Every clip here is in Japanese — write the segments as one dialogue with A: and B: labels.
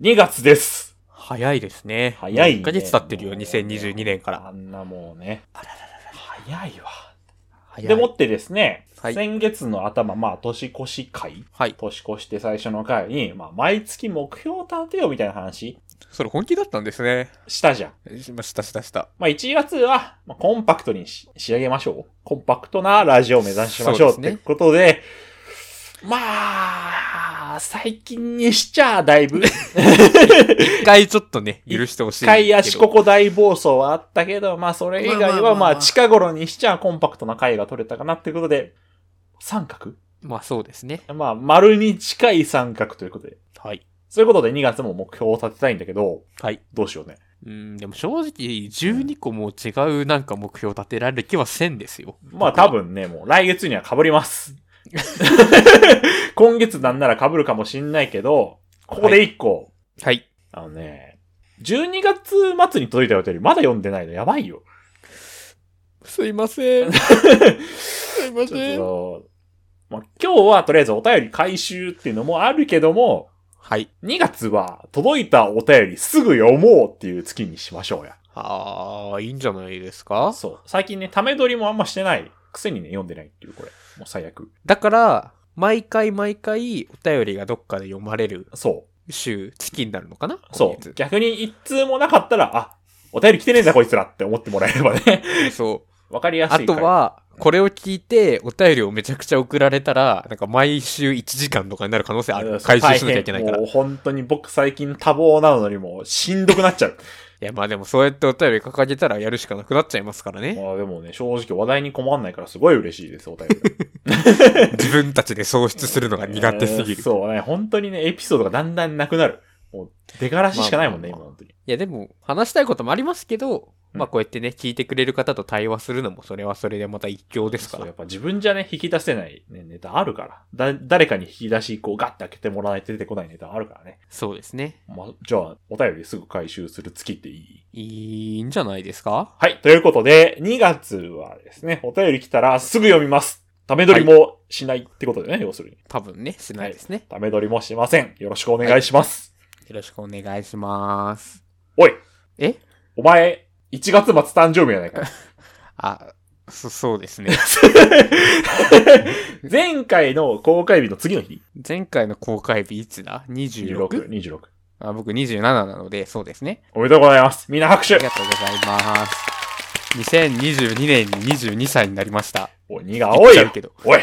A: 2月です。
B: 早いですね。
A: 早い、ね。
B: 1ヶ月経ってるよ、2022年から。
A: あんなもうね。早いわ。
B: 早い
A: でもってですね、
B: はい
A: 先月の頭、まあ、年越し会
B: はい。
A: 年越して最初の回に、まあ、毎月目標を立てようみたいな話
B: それ本気だったんですね。
A: したじゃん。
B: しました、した、した。
A: まあ、1月は、まあ、コンパクトにし仕上げましょう。コンパクトなラジオを目指しましょう
B: そ
A: と
B: う
A: い
B: ですね
A: うことで、まあ、最近にしちゃあだいぶ、
B: 一回ちょっとね、許してほしい。
A: 一回やしここ大暴走はあったけど、まあそれ以
B: まあ
A: 外
B: まあまあ
A: は
B: ま
A: ま
B: あ
A: あ近頃にしちゃコンパクトな回が取れたかなっていうことで、三角
B: まあそうですね。
A: まあ丸に近い三角ということで。
B: はい。
A: そういうことで2月も目標を立てたいんだけど、
B: はい。
A: どうしようね。
B: うん、でも正直、12個も違うなんか目標立てられる気はせんですよ。
A: まあ多分ね、もう来月には被ります。今月なんなら被るかもしんないけど、ここで1個、
B: はい。
A: あのね、12月末に届いたよりまだ読んでないのやばいよ。
B: すいません。 すいま
A: ちょっ。と、まあ、今日はとりあえずお便り回収っていうのもあるけども、
B: はい。
A: 2月は届いたお便りすぐ読もうっていう月にしましょうや。
B: あー、いいんじゃないですか
A: そう。最近ね、ため撮りもあんましてない。くせにね、読んでないっていう、これ。もう最悪。
B: だから、毎回毎回お便りがどっかで読まれる
A: そ
B: 週、月になるのかな
A: う。そう。逆に一通もなかったら、あ、お便り来てねえんだこいつらって思ってもらえれば ね。
B: う。そう。
A: わかりやす
B: あ
A: い
B: と
A: から。
B: は、これを聞いて、お便りをめちゃくちゃ送られたら、なんか毎週1時間とかになる可能性あ
A: うん
B: る。回収しなきゃいけないから。
A: 大変
B: い
A: もう本当に僕最近多忙なのにもうしんどくなっちゃう。
B: や、まあでもそうやってお便り掲げたらやるしかなくなっちゃいますから ね。
A: まあでもね、正直話題に困んないからすごい嬉しいです、お便り。
B: 自分たちで創出するのが苦手すぎ
A: えー
B: る。
A: そうね、本当にね、エピソードがだんだんなくなる。もう、出がらししかないもんね、
B: まあ
A: 今、本当に。
B: いや、でも、話したいこともありますけど、
A: うん
B: まあこうやってね、聞いてくれる方と対話するのも、それはそれでまた一興ですか
A: そう
B: ら
A: や。っぱ自分じゃね、引き出せない、ね、ネタあるから。だ、誰かに引き出し、こう、ガッて開けてもらわないと出てこないネタあるからね。
B: そうですね。
A: まあ、じゃあ、お便りすぐ回収する月っていい
B: いいんじゃないですか
A: はい、ということで、2月はですね、お便り来たらすぐ読みます。ため撮りもしないってことでね、要するに。
B: 多分ね、しないですね。
A: ため撮りもしません。よろしくお願いします。
B: よろしくお願いします。
A: おい
B: え
A: お前、1月末誕生日やないか。
B: あ、そ、そうですね。
A: 前回の公開日の次の日
B: 前回の公開日いつだ ?26?
A: 26、26。
B: あ僕27なので、そうですね。
A: おめでとうございます。みんな拍
B: あ
A: 手
B: りがとうございます。2022年に22歳になりました。
A: おい、2が青い
B: 言っちゃ
A: よ
B: うけど。
A: おい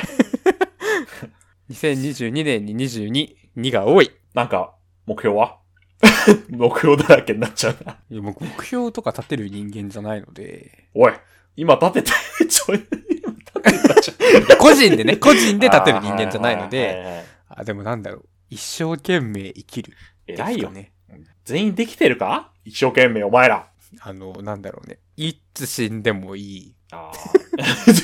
B: 2022年に22、2が多い。
A: なんか、目標は 目標だらけになっちゃうな。
B: いやもう目標とか立てる人間じゃないので。
A: おい今立てた、 ちょ、今立てたじゃん。
B: いや個人で ね、個 人で立てる人間じゃない
A: あ
B: の
A: ー。は
B: で。
A: はは
B: あ、でもなんだろう。一生懸命生きる。
A: 偉いよね。
B: ね。
A: 全員できてるか一生懸命お前ら。
B: あの、なんだろうね。いつ死んでもい い
A: あー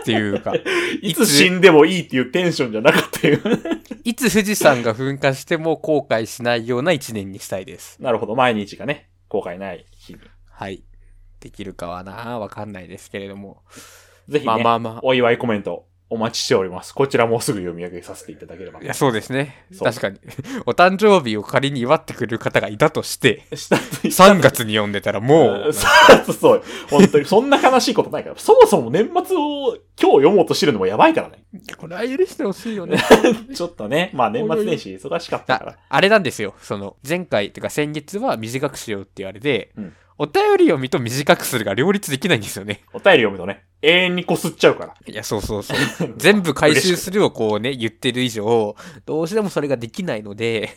B: っていうか、
A: いつ死んでもいいっていうテンションじゃなかったよ。
B: いつ富士山が噴火しても後悔しないような一年にしたいです。
A: なるほど、毎日がね、後悔ない日に。
B: はい。できるかはな、わかんないですけれども。
A: ぜひ
B: まあ
A: ね、
B: まあま
A: お祝いコメントお待ちしております。こちらもすぐ読み上げさせていただければ
B: あ。い。や、そうですね。
A: そう
B: 確かに。 お誕生日を仮に祝ってくれる方がいたとして、
A: した
B: 3月に読んでたらもう、
A: そうそう。本当に、そんな悲しいことないから。そもそも年末を今日読もうとしてるのもやばいからね。
B: これは許してほしいよね。
A: ちょっとね、まあ年末年始忙しかったから。
B: あれなんですよ。その、前回、てか先月は短くしようって言われて、
A: うん
B: お便り読みと短くするが両立できないんですよね。
A: お便り読むとね、永遠にこすっちゃうから。
B: いや、そうそうそう。 全部回収するをこうね、言ってる以上、どうしてもそれができないので、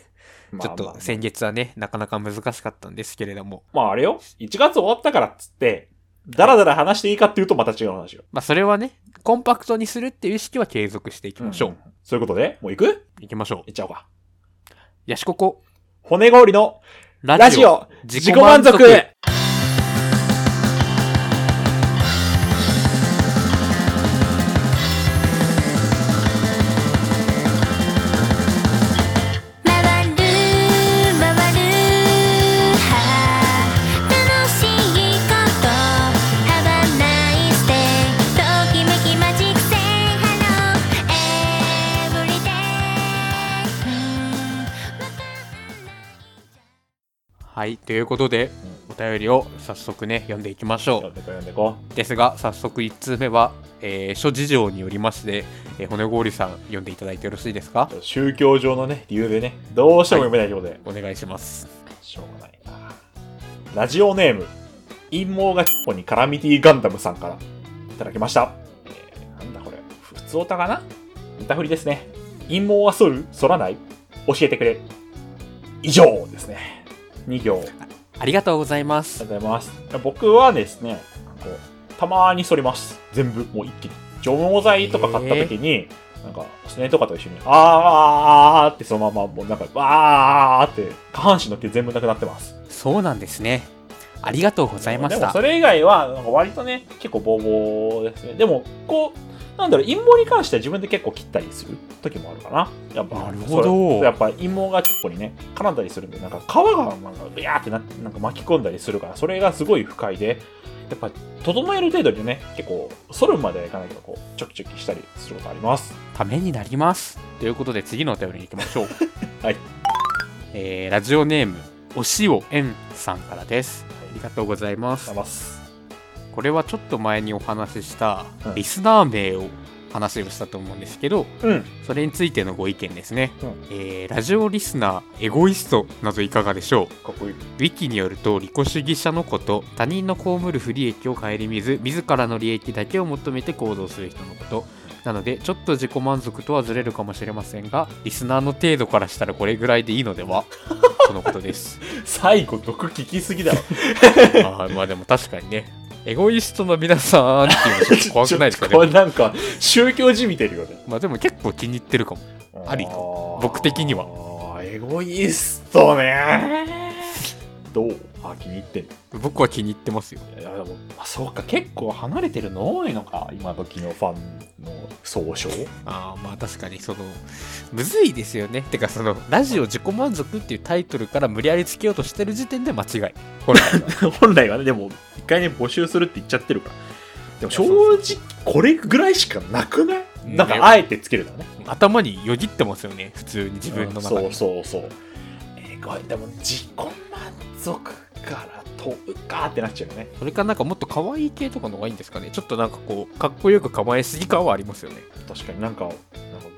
A: ま
B: ち
A: あ
B: ょっ
A: まあ
B: と先月はね、なかなか難しかったんですけれども、
A: まああれよ、1月終わったからっつって、だらだら話していいかっていうとまた違う話よ。
B: まあそれはね、コンパクトにするっていう意識は継続していきましょう。
A: そういうことで、もう行く
B: いきましょう
A: 行っちゃおうか。。
B: ヤシココ、
A: 骨氷の
B: ラ
A: ラジオ、自己満足
C: 回る回る楽しいことハバナイスデーときめきマジック Say hello everyday
B: はい、ということで、お便りを早速ね、読んでいきましょう
A: 読。んでこ読んでこ。
B: ですが早速1通目は、えー諸事情によりまして、えー骨氷さん読んでいただいてよろしいですか
A: 宗教上のね、理由でね、どうしても読めないことで、
B: お願いします
A: しょうがないな。ラジオネーム、陰謀がキッポにカラミティガンダムさんからいただきました。えー、なんだこれ、普通オタかな歌振りですね。陰謀は反る反らない教えてくれ。以上ですね。2行。ありが
B: ありがとうございます
A: とうございます。僕はですね、こうたまに反ります。全部、もう一気に。除毛剤とか買った時に、なんか、スネとかと一緒に、あーあーあーってそのまま、もうなんか、わーって、下半身の毛全部なくなってます。
B: そうなんですねありがとうございまし
A: でも
B: た
A: それ以外はなんか割とね結構ボーボーですねでもこうなんだろう陰謀に関しては自分で結構切ったりする時もあるかなやっぱ
B: なるほど
A: それやっぱ陰謀が結構にね絡んだりするんでなんか皮がなんかビャーってなってなんか巻き込んだりするからそれがすごい不快でやっぱ整える程度でね結構反るまではいかないけどこうチョキチョキしたりすることあります
B: ためになりますということで次のお便りに行きましょう
A: はい、
B: えーラジオネームお塩えんさんからですありがとうございます
A: ありがとうございます
B: これはちょっと前にお話しした
A: うん
B: リスナー名を話をしたと思うんですけど、
A: うん
B: それについてのご意見ですね、
A: うん
B: えーラジオリスナーエゴイストなどいかがでしょう
A: かっこいい
B: ウィキによると利己主義者のこと他人の被る不利益を顧みず自らの利益だけを求めて行動する人のことなのでちょっと自己満足とはずれるかもしれませんがリスナーの程度からしたらこれぐらいでいいので はとのことです
A: 最後毒聞きすぎだろ
B: あーまあでも確かにねエゴイストの皆さんっていうのちょっと 怖くないです
A: ちょ
B: か
A: っとこ
B: ね
A: れなんか宗教じみてるよね
B: まあでも結構気に入ってるかもあり僕的には
A: あーエゴイストねどうあ気に入ってんの
B: 僕は気に入ってますよ
A: いやでもあそうか結構離れてるの多いのか今時のファンの総称
B: あーまあ確かにそのむずいですよねてかそのラジオ自己満足っていうタイトルから無理やりつけようとしてる時点で間違いほら
A: 本来はねでも一回ね募集するって言っちゃってるからでも正
B: い
A: 直これぐらいしかなくない
B: うん
A: なんかあえてつけるのね
B: 頭によぎってますよね普通に自分の中に、
A: うんそうそうそうエゴイでも自己満足から遠うかってなっちゃうよね
B: それかなんかもっと可愛い系とかの方がいいんですかねちょっとなんかこうかっこよく構えすぎ感はありますよね
A: 確かになんかなんか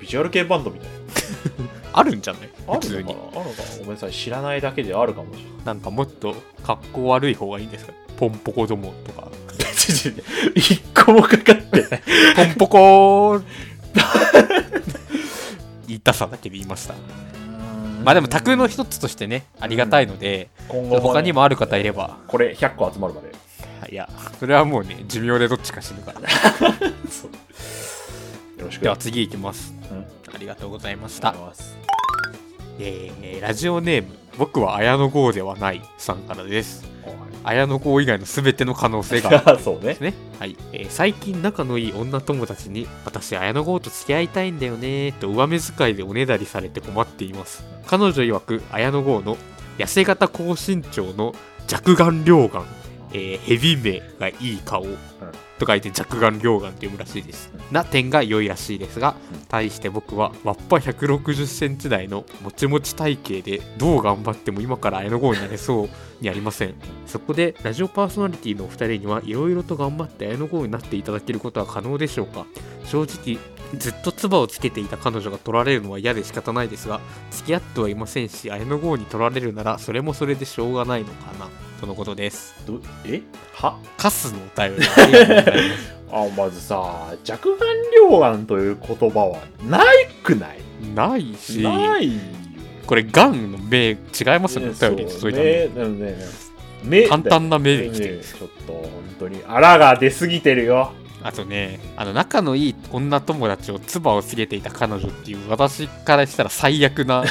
A: ビジュアル系バンドみたいな
B: あるんじゃない
A: ある
B: 普通
A: のか
B: に
A: なあるのかなごめんなさい知らないだけであるかもし れない
B: なんかもっとかっこ悪い方がいいんですかポンポコどもとか
A: ちょちょ一個もかかってない
B: ポンポコー 言いたさだけで言いましたまあでも卓の一つとしてねありがたいので、
A: 今後
B: 他
A: も
B: に
A: ね
B: もある方いれば
A: これ100個集まるまで
B: いやそれはもうね寿命でどっちか死ぬから、ね、
A: そうよろしく
B: では次いきます
A: うん
B: ありがとうございまし
A: あ
B: た
A: りがとうござい、ます
B: えーラジオネーム僕は綾野剛ではないさんからです綾野剛以外の全ての可能性がある
A: あそうね
B: ですね、はいえー最近仲のいい女友達に「私綾野剛と付き合いたいんだよね」と上目遣いでおねだりされて困っています彼女曰く綾野剛の痩せ型高身長の弱眼両眼、えーヘビ目がいい顔と書いて弱眼両眼って読むらしいですな点が良いらしいですが対して僕はわっぱ1 6 0センチ台のもちもち体型でどう頑張っても今から綾野剛になれそうにありませんそこでラジオパーソナリティのお二人にはいろいろと頑張って綾野剛になっていただけることは可能でしょうか正直ずっと唾をつけていた彼女が取られるのは嫌で仕方ないですが付き合ってはいませんし綾野剛に取られるならそれもそれでしょうがないのかなとのことです
A: どえは
B: カスのお便りありがとうござい ます
A: あまずさ弱眼両眼という言葉はないくない
B: ないし
A: ないよ
B: これガンの目違いますよねお
A: そう
B: 便りに届いたん
A: ねなので
B: で
A: ね目
B: 簡単な目で来てる
A: ねちょっと本当にあらが出すぎてるよ
B: あとねあの仲のいい女友達を唾をつけていた彼女っていう私からしたら最悪な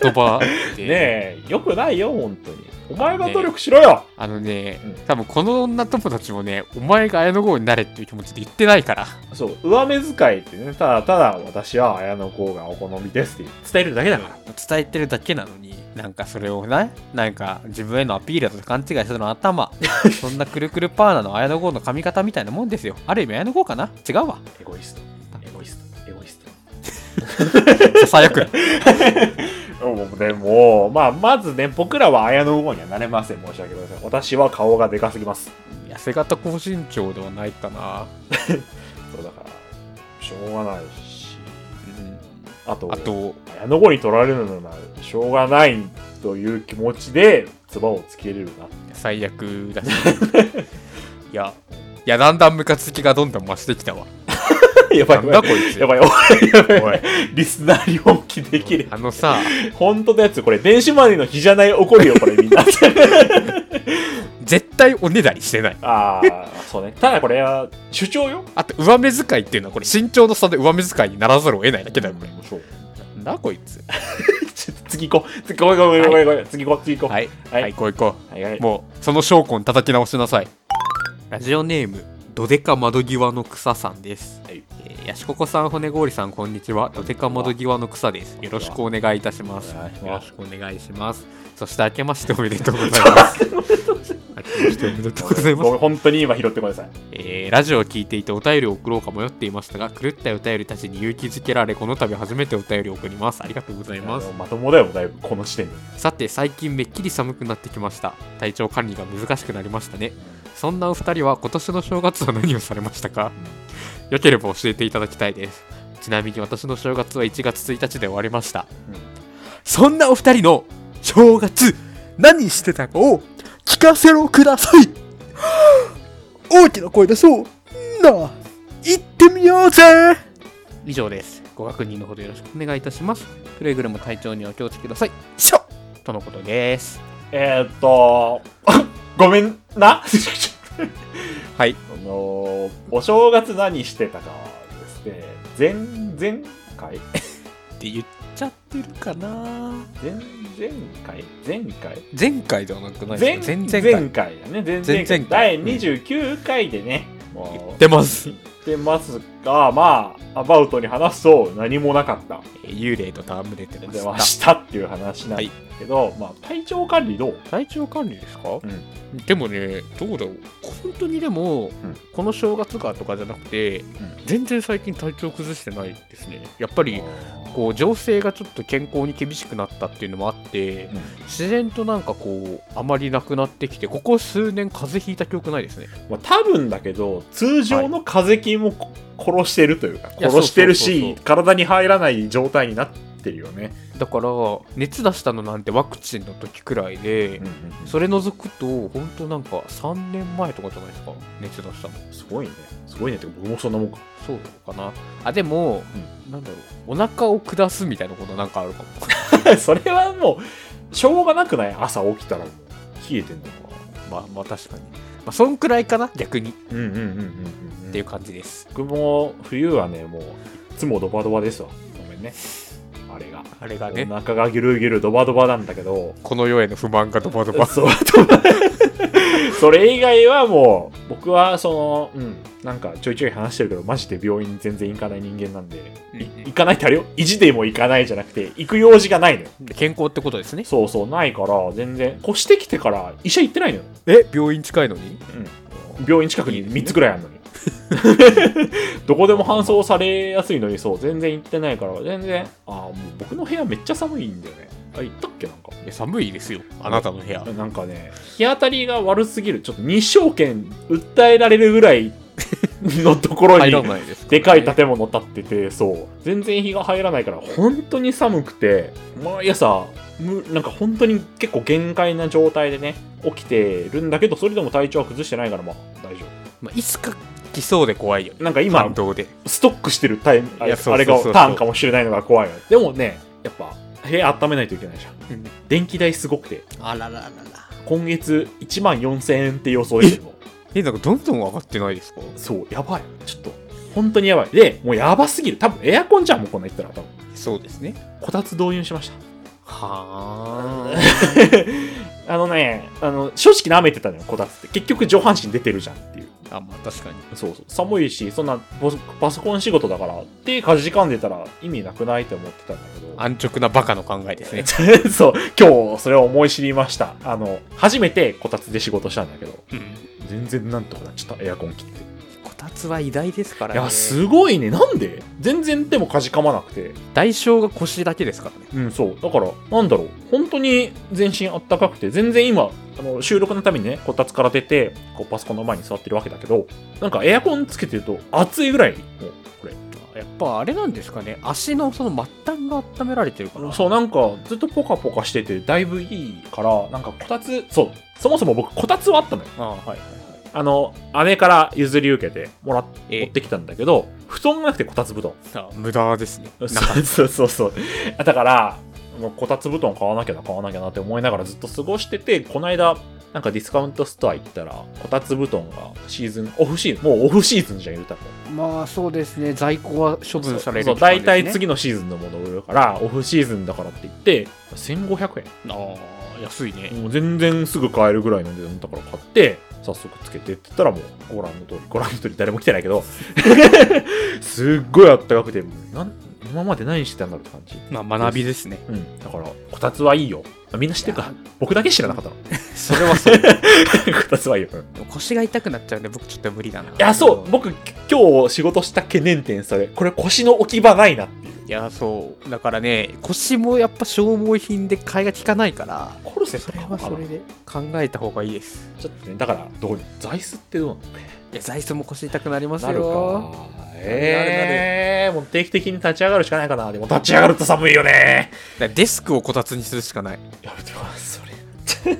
B: 言葉で
A: ねえよくないよ本当にお前が努力しろよ、
B: あのね、
A: うん
B: 多分この女友達もね、お前が綾野剛になれっていう気持ちで言ってないから。
A: そう上目遣いってねただただ私は綾野剛がお好みですって伝えるだけだから
B: 伝えてるだけなのに、なんかそれをね、なんか自分へのアピールだと勘違いするの 頭。そんなくるくるパーナの綾野剛の髪型みたいなもんですよ。ある意味綾野剛かな違う わ。
A: エゴイストエゴイストエゴイス
B: ささやくな。
A: トでも、まあ、まずね、僕らは綾野剛にはなれません。申し訳ございません。私は顔がでかすぎます。
B: 痩せ型高身長ではないかな、
A: そうだから、しょうがないし、あと、
B: あと
A: 綾野剛に取られるのなら、しょうがないという気持ちで、唾をつけれるな。
B: 最悪 だしいやいやだんだんムカつきがどんどん増してきたわ
A: やば、
B: ないん
A: や
B: だ
A: ば
B: こ
A: い。
B: い つ
A: やばい、やばい、
B: おい
A: リスナーに本気できる。
B: あのさ
A: 本当のやつ、これ、電子マネーの日じゃない怒るよ、これ、みんな。
B: 絶対おねだりしてない
A: ああ、そうね。ただこれは、主張よ。
B: あと上目遣いっていうのはこれ身長の差で上目遣いにならざるを得ないだけだよこれ
A: そう。
B: なんだこいつ
A: ちょっと 次行こう。次ごめんごめんごめんごめん。次行こう。次行こう。
B: はい
A: は
B: はいい、こう行こ
A: はいはいう
B: もうその証拠に叩き直しなさいラジオネームどでか窓際の草さんです
A: はい
B: えー、やしここさん、骨氷さん、こんにちは。どでか窓際の草です。よろしくお願いいたします。
A: お願いしま
B: よ
A: す
B: ろしくお願いします。そして、明けましておめでとうござい ます。明けましておめでとうございます
A: ごめ。ん本当に今拾ってください。
B: えーラジオを聞いていてお便りを送ろうか迷っていましたが、狂ったお便りたちに勇気づけられ、この度初めてお便りを送ります。ありがとうございます。
A: まともだよ、だいぶ、この時点で。
B: さて、最近めっきり寒くなってきました。体調管理が難しくなりましたね。そんなお二人は今年の正月は何をされましたかよければ教えていただきたいです。ちなみに私の正月は1月1日で終わりました。
A: うん
B: そんなお二人の正月、何してたかを聞かせろください大きな声出そうなあ行ってみようぜ以上です。ご確認のほどよろしくお願いいたします。くれぐれも体調にお気をつけください。しょとのことです。
A: えー、っと、 ごめんな。
B: はい。
A: あのーお正月何してたかはですね、前、前回
B: って言っちゃってるかな
A: 前、前回前回
B: 前回ではなくない
A: 前
B: 前々
A: 前
B: 回
A: 回だね。前
B: 前
A: 々
B: 々回
A: 回。第29回でね、もう
B: 出ます
A: 言ってますが、まあ、アバウトに話すと何もなかった。
B: 幽霊と戯れて
A: 出
B: ま
A: ま
B: し
A: したっていう話なんですけど、まあ、体調管理どう
B: た体調管理ですか、
A: ん
B: でもねどうだろう本当にでも、
A: ん
B: この正月がとかじゃなくて、全然最近体調崩してないですねやっぱりこう情勢がちょっと健康に厳しくなったっていうのもあって、
A: うん
B: 自然となんかこうあまりなくなってきてここ数年風邪ひいた記憶ないですね
A: まあ、多分だけど通常の風邪菌もこ殺してるというか
B: いや
A: 殺してる
B: そうそうそう
A: し
B: そ
A: 体に入らない状態になってるよね、
B: だから熱出したのなんてワクチンの時くらいで、それ除くと、本当なんか3年前とかじゃないですか、熱出したの。
A: すごいねすごいねってか僕もそんなもん か
B: そうかな。あ、でも、なんだろう、お腹を下すみたいなことなんかあるかも。
A: それはもうしょうがなくない朝起きたらもう冷えてんのか
B: まあまあ確かに。まあそんくらいかな、逆にっ
A: うんうんうんうんうん
B: ていう感じです。
A: 僕も冬はねもういつもドバドバですわごめんねあれが、
B: あれがね、
A: お腹がギュルギュルドバドバなんだけど
B: この世への不満がドバドバ。
A: そう それ以外はもう僕はそのうんなんかちょいちょい話してるけどマジで病院全然行かない人間なんで
B: うんうん
A: 行かないってあれよ意地でも行かないじゃなくて行く用事がないのよ
B: 健康ってことですね。
A: そうそうないから全然越してきてから医者行ってないのよ、
B: え、病院近いのに
A: うん、病院近くに3つぐらいあるの にどこでも搬送されやすいのにそう全然行ってないから全然あーもう僕の部屋めっちゃ寒いんだよねあ行ったっけなんか
B: いや寒いですよ、あなたの部屋。
A: なんかね、日当たりが悪すぎる、ちょっと日照権訴えられるぐら いのところ
B: 入ら
A: に、
B: ないです、
A: でかい。建物建ってて、そう、全然日が入らないから、本当に寒くて、毎朝、むなんか本当に結構限界な状態でね、起きてるんだけど、それでも体調は崩してないから、まあ大丈
B: まあ、いつか来そうで怖いよね。
A: 夫。なんか今
B: 感、動で。
A: ストックしてるタイム、あ
B: い
A: れ
B: やそう
A: あれが
B: そうそうそう
A: ターンかもしれないのが怖いよねでもね、やっぱ、部屋温めないといけないじゃん。
B: うん
A: 電気代すごくて、
B: あらららら。
A: 今月1万4000円って予想してるの。
B: え、なんかどんどん上がってないですか
A: そう、やばい。ちょっと、本当にやばい。で、もうやばすぎる。多分エアコンじゃん、もうこんなん言ったら、多分。
B: そうですね。
A: こたつ導入しました。
B: は あ。
A: あのね、あの、正直舐めてたのよ、こたつって。結局上半身出てるじゃんっていう。
B: あ、まあ確かに。
A: そうそう。寒いし、そんなボスパソコン仕事だから、手かじかんでたら意味なくないって思ってたんだけど。
B: 安直なバカの考えですね。
A: そう、今日それを思い知りました。あの、初めてこたつで仕事したんだけど、
B: うん。
A: 全然なんとかなっちゃった、エアコン切って。
B: こた2つは偉大ですから
A: い
B: ね
A: やすごいねなんで全然手もかじかまなくて
B: 代償が腰だけですからね
A: うんそうだからなんだろう本当に全身あったかくて全然今あの収録のためにねこたつから出てこうパソコンの前に座ってるわけだけどなんかエアコンつけてると暑いぐらいもうこれ
B: やっぱあれなんですかね足のその末端が温められてるから
A: そうなんかずっとポカポカしててだいぶいいからなんかこたつそうそもそも僕こたつはあったのよ
B: ああはい
A: あの姉から譲り受けてもらっ
B: ええ
A: 持ってきたんだけど布団がなくてこたつ布 団
B: さあ無駄ですねなんか
A: そうそうそうそうあ だからもうこたつ布団買わなきゃな買わなきゃなって思いながらずっと過ごしててこの間なんかディスカウントストア行ったらこたつ布団がシーズンオフシーズンもうオフシーズンじゃん言うたら
B: まあそうですね在庫は処分される
A: そうそう
B: 期間
A: 大
B: ですね
A: 体次のシーズンのものを売るからオフシーズンだからって言って1500円
B: ああ安いね、
A: もう全然すぐ買えるぐらいの値段だから買って早速つけてって言ったらもうご覧の通りご覧の通り誰も来てないけ どすっごいあったかくてなん今まで何してたんだろうって感じ
B: まあ学びですね
A: うんだからこたつはいいよあみんな知ってる
B: い
A: か
B: や
A: 僕だけ知らなかったの
B: それはそ う
A: こたつはいいよ、うんい
B: 腰が痛くなっちゃうんで僕ちょっと無理だない
A: やそう僕今日仕事した懸念点それこれ腰の置き場ないなっていう
B: いやそうだからね腰もやっぱ消耗品で買いが効かないから
A: コルセッ
B: そ
A: ト
B: れ
A: か
B: はそれで考えた方がいいです
A: ちょっとねだからどう座椅子ってどうなの
B: いや座椅子も腰痛くなります
A: なる
B: よ
A: か。ええー、もう定期的に立ち上がるしかないかな。でも立ち上がると寒いよね。
B: だからデスクをこたつにするしかない
A: やめてます、それ。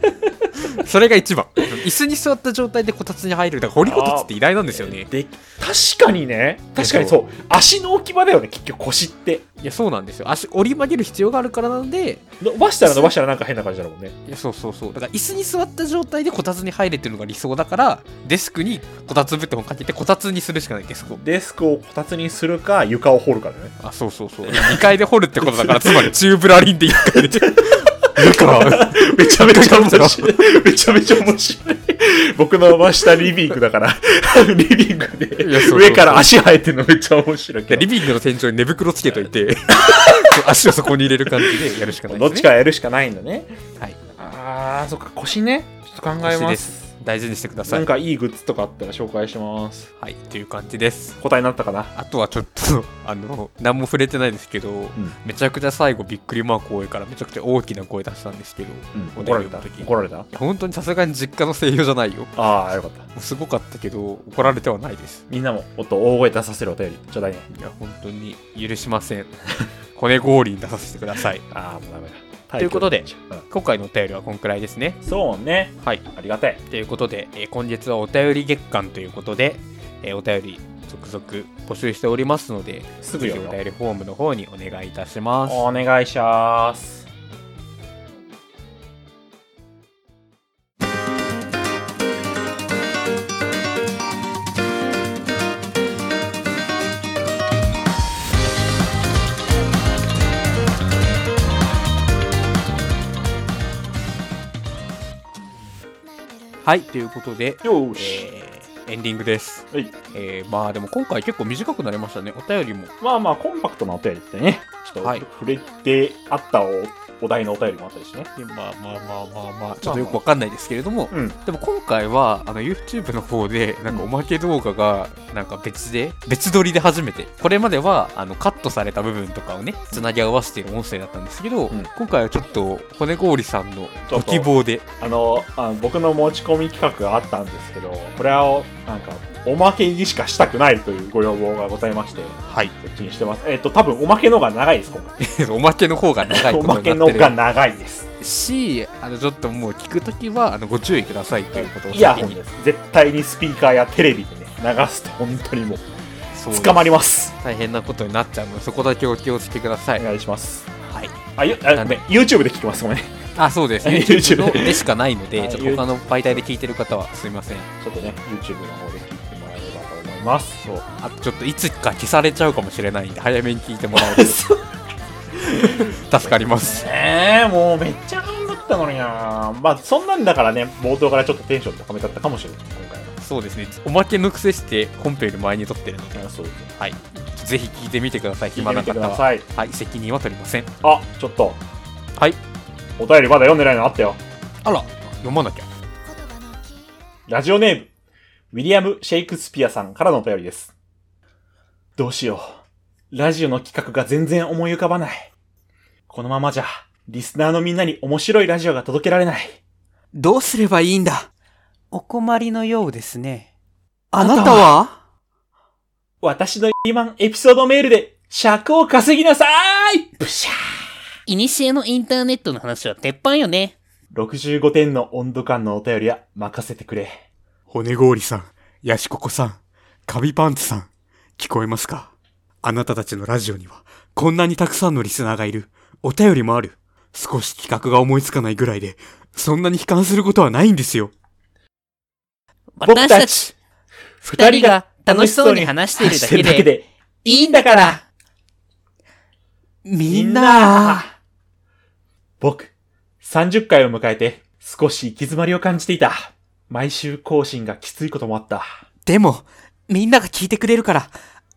B: それが一番椅子に座った状態でこたつに入るだから掘りこたつって偉大なんですよね
A: で、確かにね。確かにそう。足の置き場だよね、結局腰って。
B: いやそうなんですよ足折り曲げる必要があるからなので
A: 伸ばしたら伸ばしたらなんか変な感じだもんね。
B: いやそうそうそうだから椅子に座った状態でこたつに入れてるのが理想だからデスクにこたつ布団をかけてこたつにするしかないデスクを
A: デスクをこたつにするか、床を掘るかだよね。
B: あそうそうそう2階で掘るってことだからつまりチューブラリンで1階でだから
A: めちゃめちゃ面白い。 めちゃめちゃ面白い。僕の真下リビングだから、 リビングで
B: いやそうそうそう
A: 上から足生えてるのめっちゃ面白い
B: いや
A: けど
B: リビングの天井に寝袋つけとい て足をそこに入れる感じでやるしかないです、ね、
A: どっちかやるしかないんだね。
B: はい
A: あー、そっか、腰ね。ちょっと考え
B: 腰
A: ま。
B: です大事にしてくださ
A: ないんかいいグッズとかあったら紹介します。
B: はいという感じです
A: 答えになったかな
B: あとはちょっと あの何も触れてないですけど、めちゃくちゃ最後びっくりマーク多いからめちゃくちゃ大きな声出したんですけど、お
A: 怒ら
B: 便
A: れ
B: り
A: た
B: の時
A: 怒られた
B: 本当にさすがに実家の声優じゃないよも
A: ああ、よかった。
B: うすごかったけど怒られてはないです
A: みんなももっと大声出させるお便り、ちょうだいね。
B: いや本当に許し ません骨氷に出させてください
A: ああ、もうダメだ。タイトル
B: ということで
A: うん
B: 今回のお便りはこんくらいですね
A: そうね。
B: はい
A: ありがたい。
B: ということで、えー今月はお便り月間ということで、えーお便り続々募集しておりますのです
A: ぐ
B: ぜひ
A: 読
B: お
A: む
B: 便
A: よ。
B: りフォームの方にお願いいたします
A: お願いします。
B: はいということで、
A: よ
B: え。ーエンディングです、
A: はい。
B: えーまあでも今回結構短くなりましたねお便りも
A: まあまあ、コンパクトなお便りってね、ちょ
B: は
A: っ
B: い
A: と触れてあったおお題のお便りもあったりしてね。
B: でまあまあまあまあまあちょっとよくわかんないですけれども、
A: うん。
B: でも今回はあの YouTube の方でなんかおまけ動画がなんか別で別撮りで初めてこれまではあのカットされた部分とかをねつなぎ合わせている音声だったんですけど、
A: うん
B: 今回はちょっと骨氷さんの
A: ちょ
B: ご
A: っと
B: 希望で
A: あの、あの僕の持ち込み企画があったんですけど、これを、なんか、おまけにしかしたくないというご要望がございまして、
B: はい
A: こっちにしてます。えっ、と、多分おまけのが長いです、今回。
B: おまけの方が長いこ
A: お
B: とに
A: ま
B: なって
A: け
B: る
A: のが長いです。
B: しあのちょっともう聞くときはあのご注意くださいということを
A: イヤ
B: 先
A: ホン
B: に
A: です。絶対にスピーカーやテレビでね、流すと本当にもう、
B: そう
A: 捕まります。
B: 大変なことになっちゃうのでそこだけお気をつけくださ
A: お
B: い、
A: 願いします。
B: はい、
A: あ、ゆあごめん YouTube で聞きます、ごめんね。
B: あそうです
A: YouTube
B: YouTube のでしかないの
A: は
B: で
A: い
B: ちょっと他の媒体で聞いてる方はすいません
A: ちょっとね、YouTube の方で聞いてもらえればと思います。そう。
B: あとちょっといつか消されちゃうかもしれないんで早めに聞いてもらえると助かります
A: ええもうめっちゃ頑張ったのになまあ、そんなんだからね、冒頭からちょっとテンション高めだったかもしれない、今回は。
B: そうですねおまけの癖してコンペより前に撮ってるので、
A: そう
B: はい、ぜひ聞いてみてください
A: 聞いて
B: 暇
A: み
B: な
A: て
B: 方
A: くだ
B: は、
A: さい。
B: はい、責任は取りません
A: あ、ちょっと、
B: はい
A: お便りまだ読んでないのあったよ。
B: あら読まなきゃ
A: ラジオネーム、ウィリアム・シェイクスピアさんからのお便りです。どうしよう。ラジオの企画が全然思い浮かばない。このままじゃ、リスナーのみんなに面白いラジオが届けられない。
D: どうすればいいんだお困りのようですね。あな
A: なた
D: たは
A: 私のリーマンエピソードメールで尺を稼ぎなさいブシャ
E: いにしえのインターネットの話は鉄板よね。
A: ー !65 点の温度感のお便りは任せてくれ。
B: 骨氷さん、ヤシココさん、カビパンツさん、聞こえますかあなたたちのラジオには、こんなにたくさんのリスナーがいる。お便りもある。少し企画が思いつかないぐらいで、そんなに悲観することはないんですよ。
E: 私たち
A: 二
E: 二人が楽しそうに話してい るだけで、
A: でいいんだから
D: みんな
A: 僕、30回を迎えて少し行き詰まりを感じていた。毎週更新がきついこともあった。
D: でも、みんなが聞いてくれるから、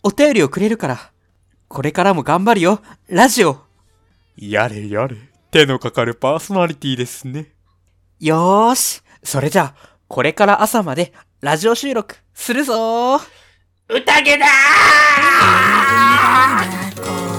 D: お便りをくれるから、これからも頑張るよ、ラジオ
B: やれやれ。手のかかるパーソナリティですね。
D: よーしそれじゃあ、これから朝までラジオ収録するぞー
E: 宴だー
C: 恋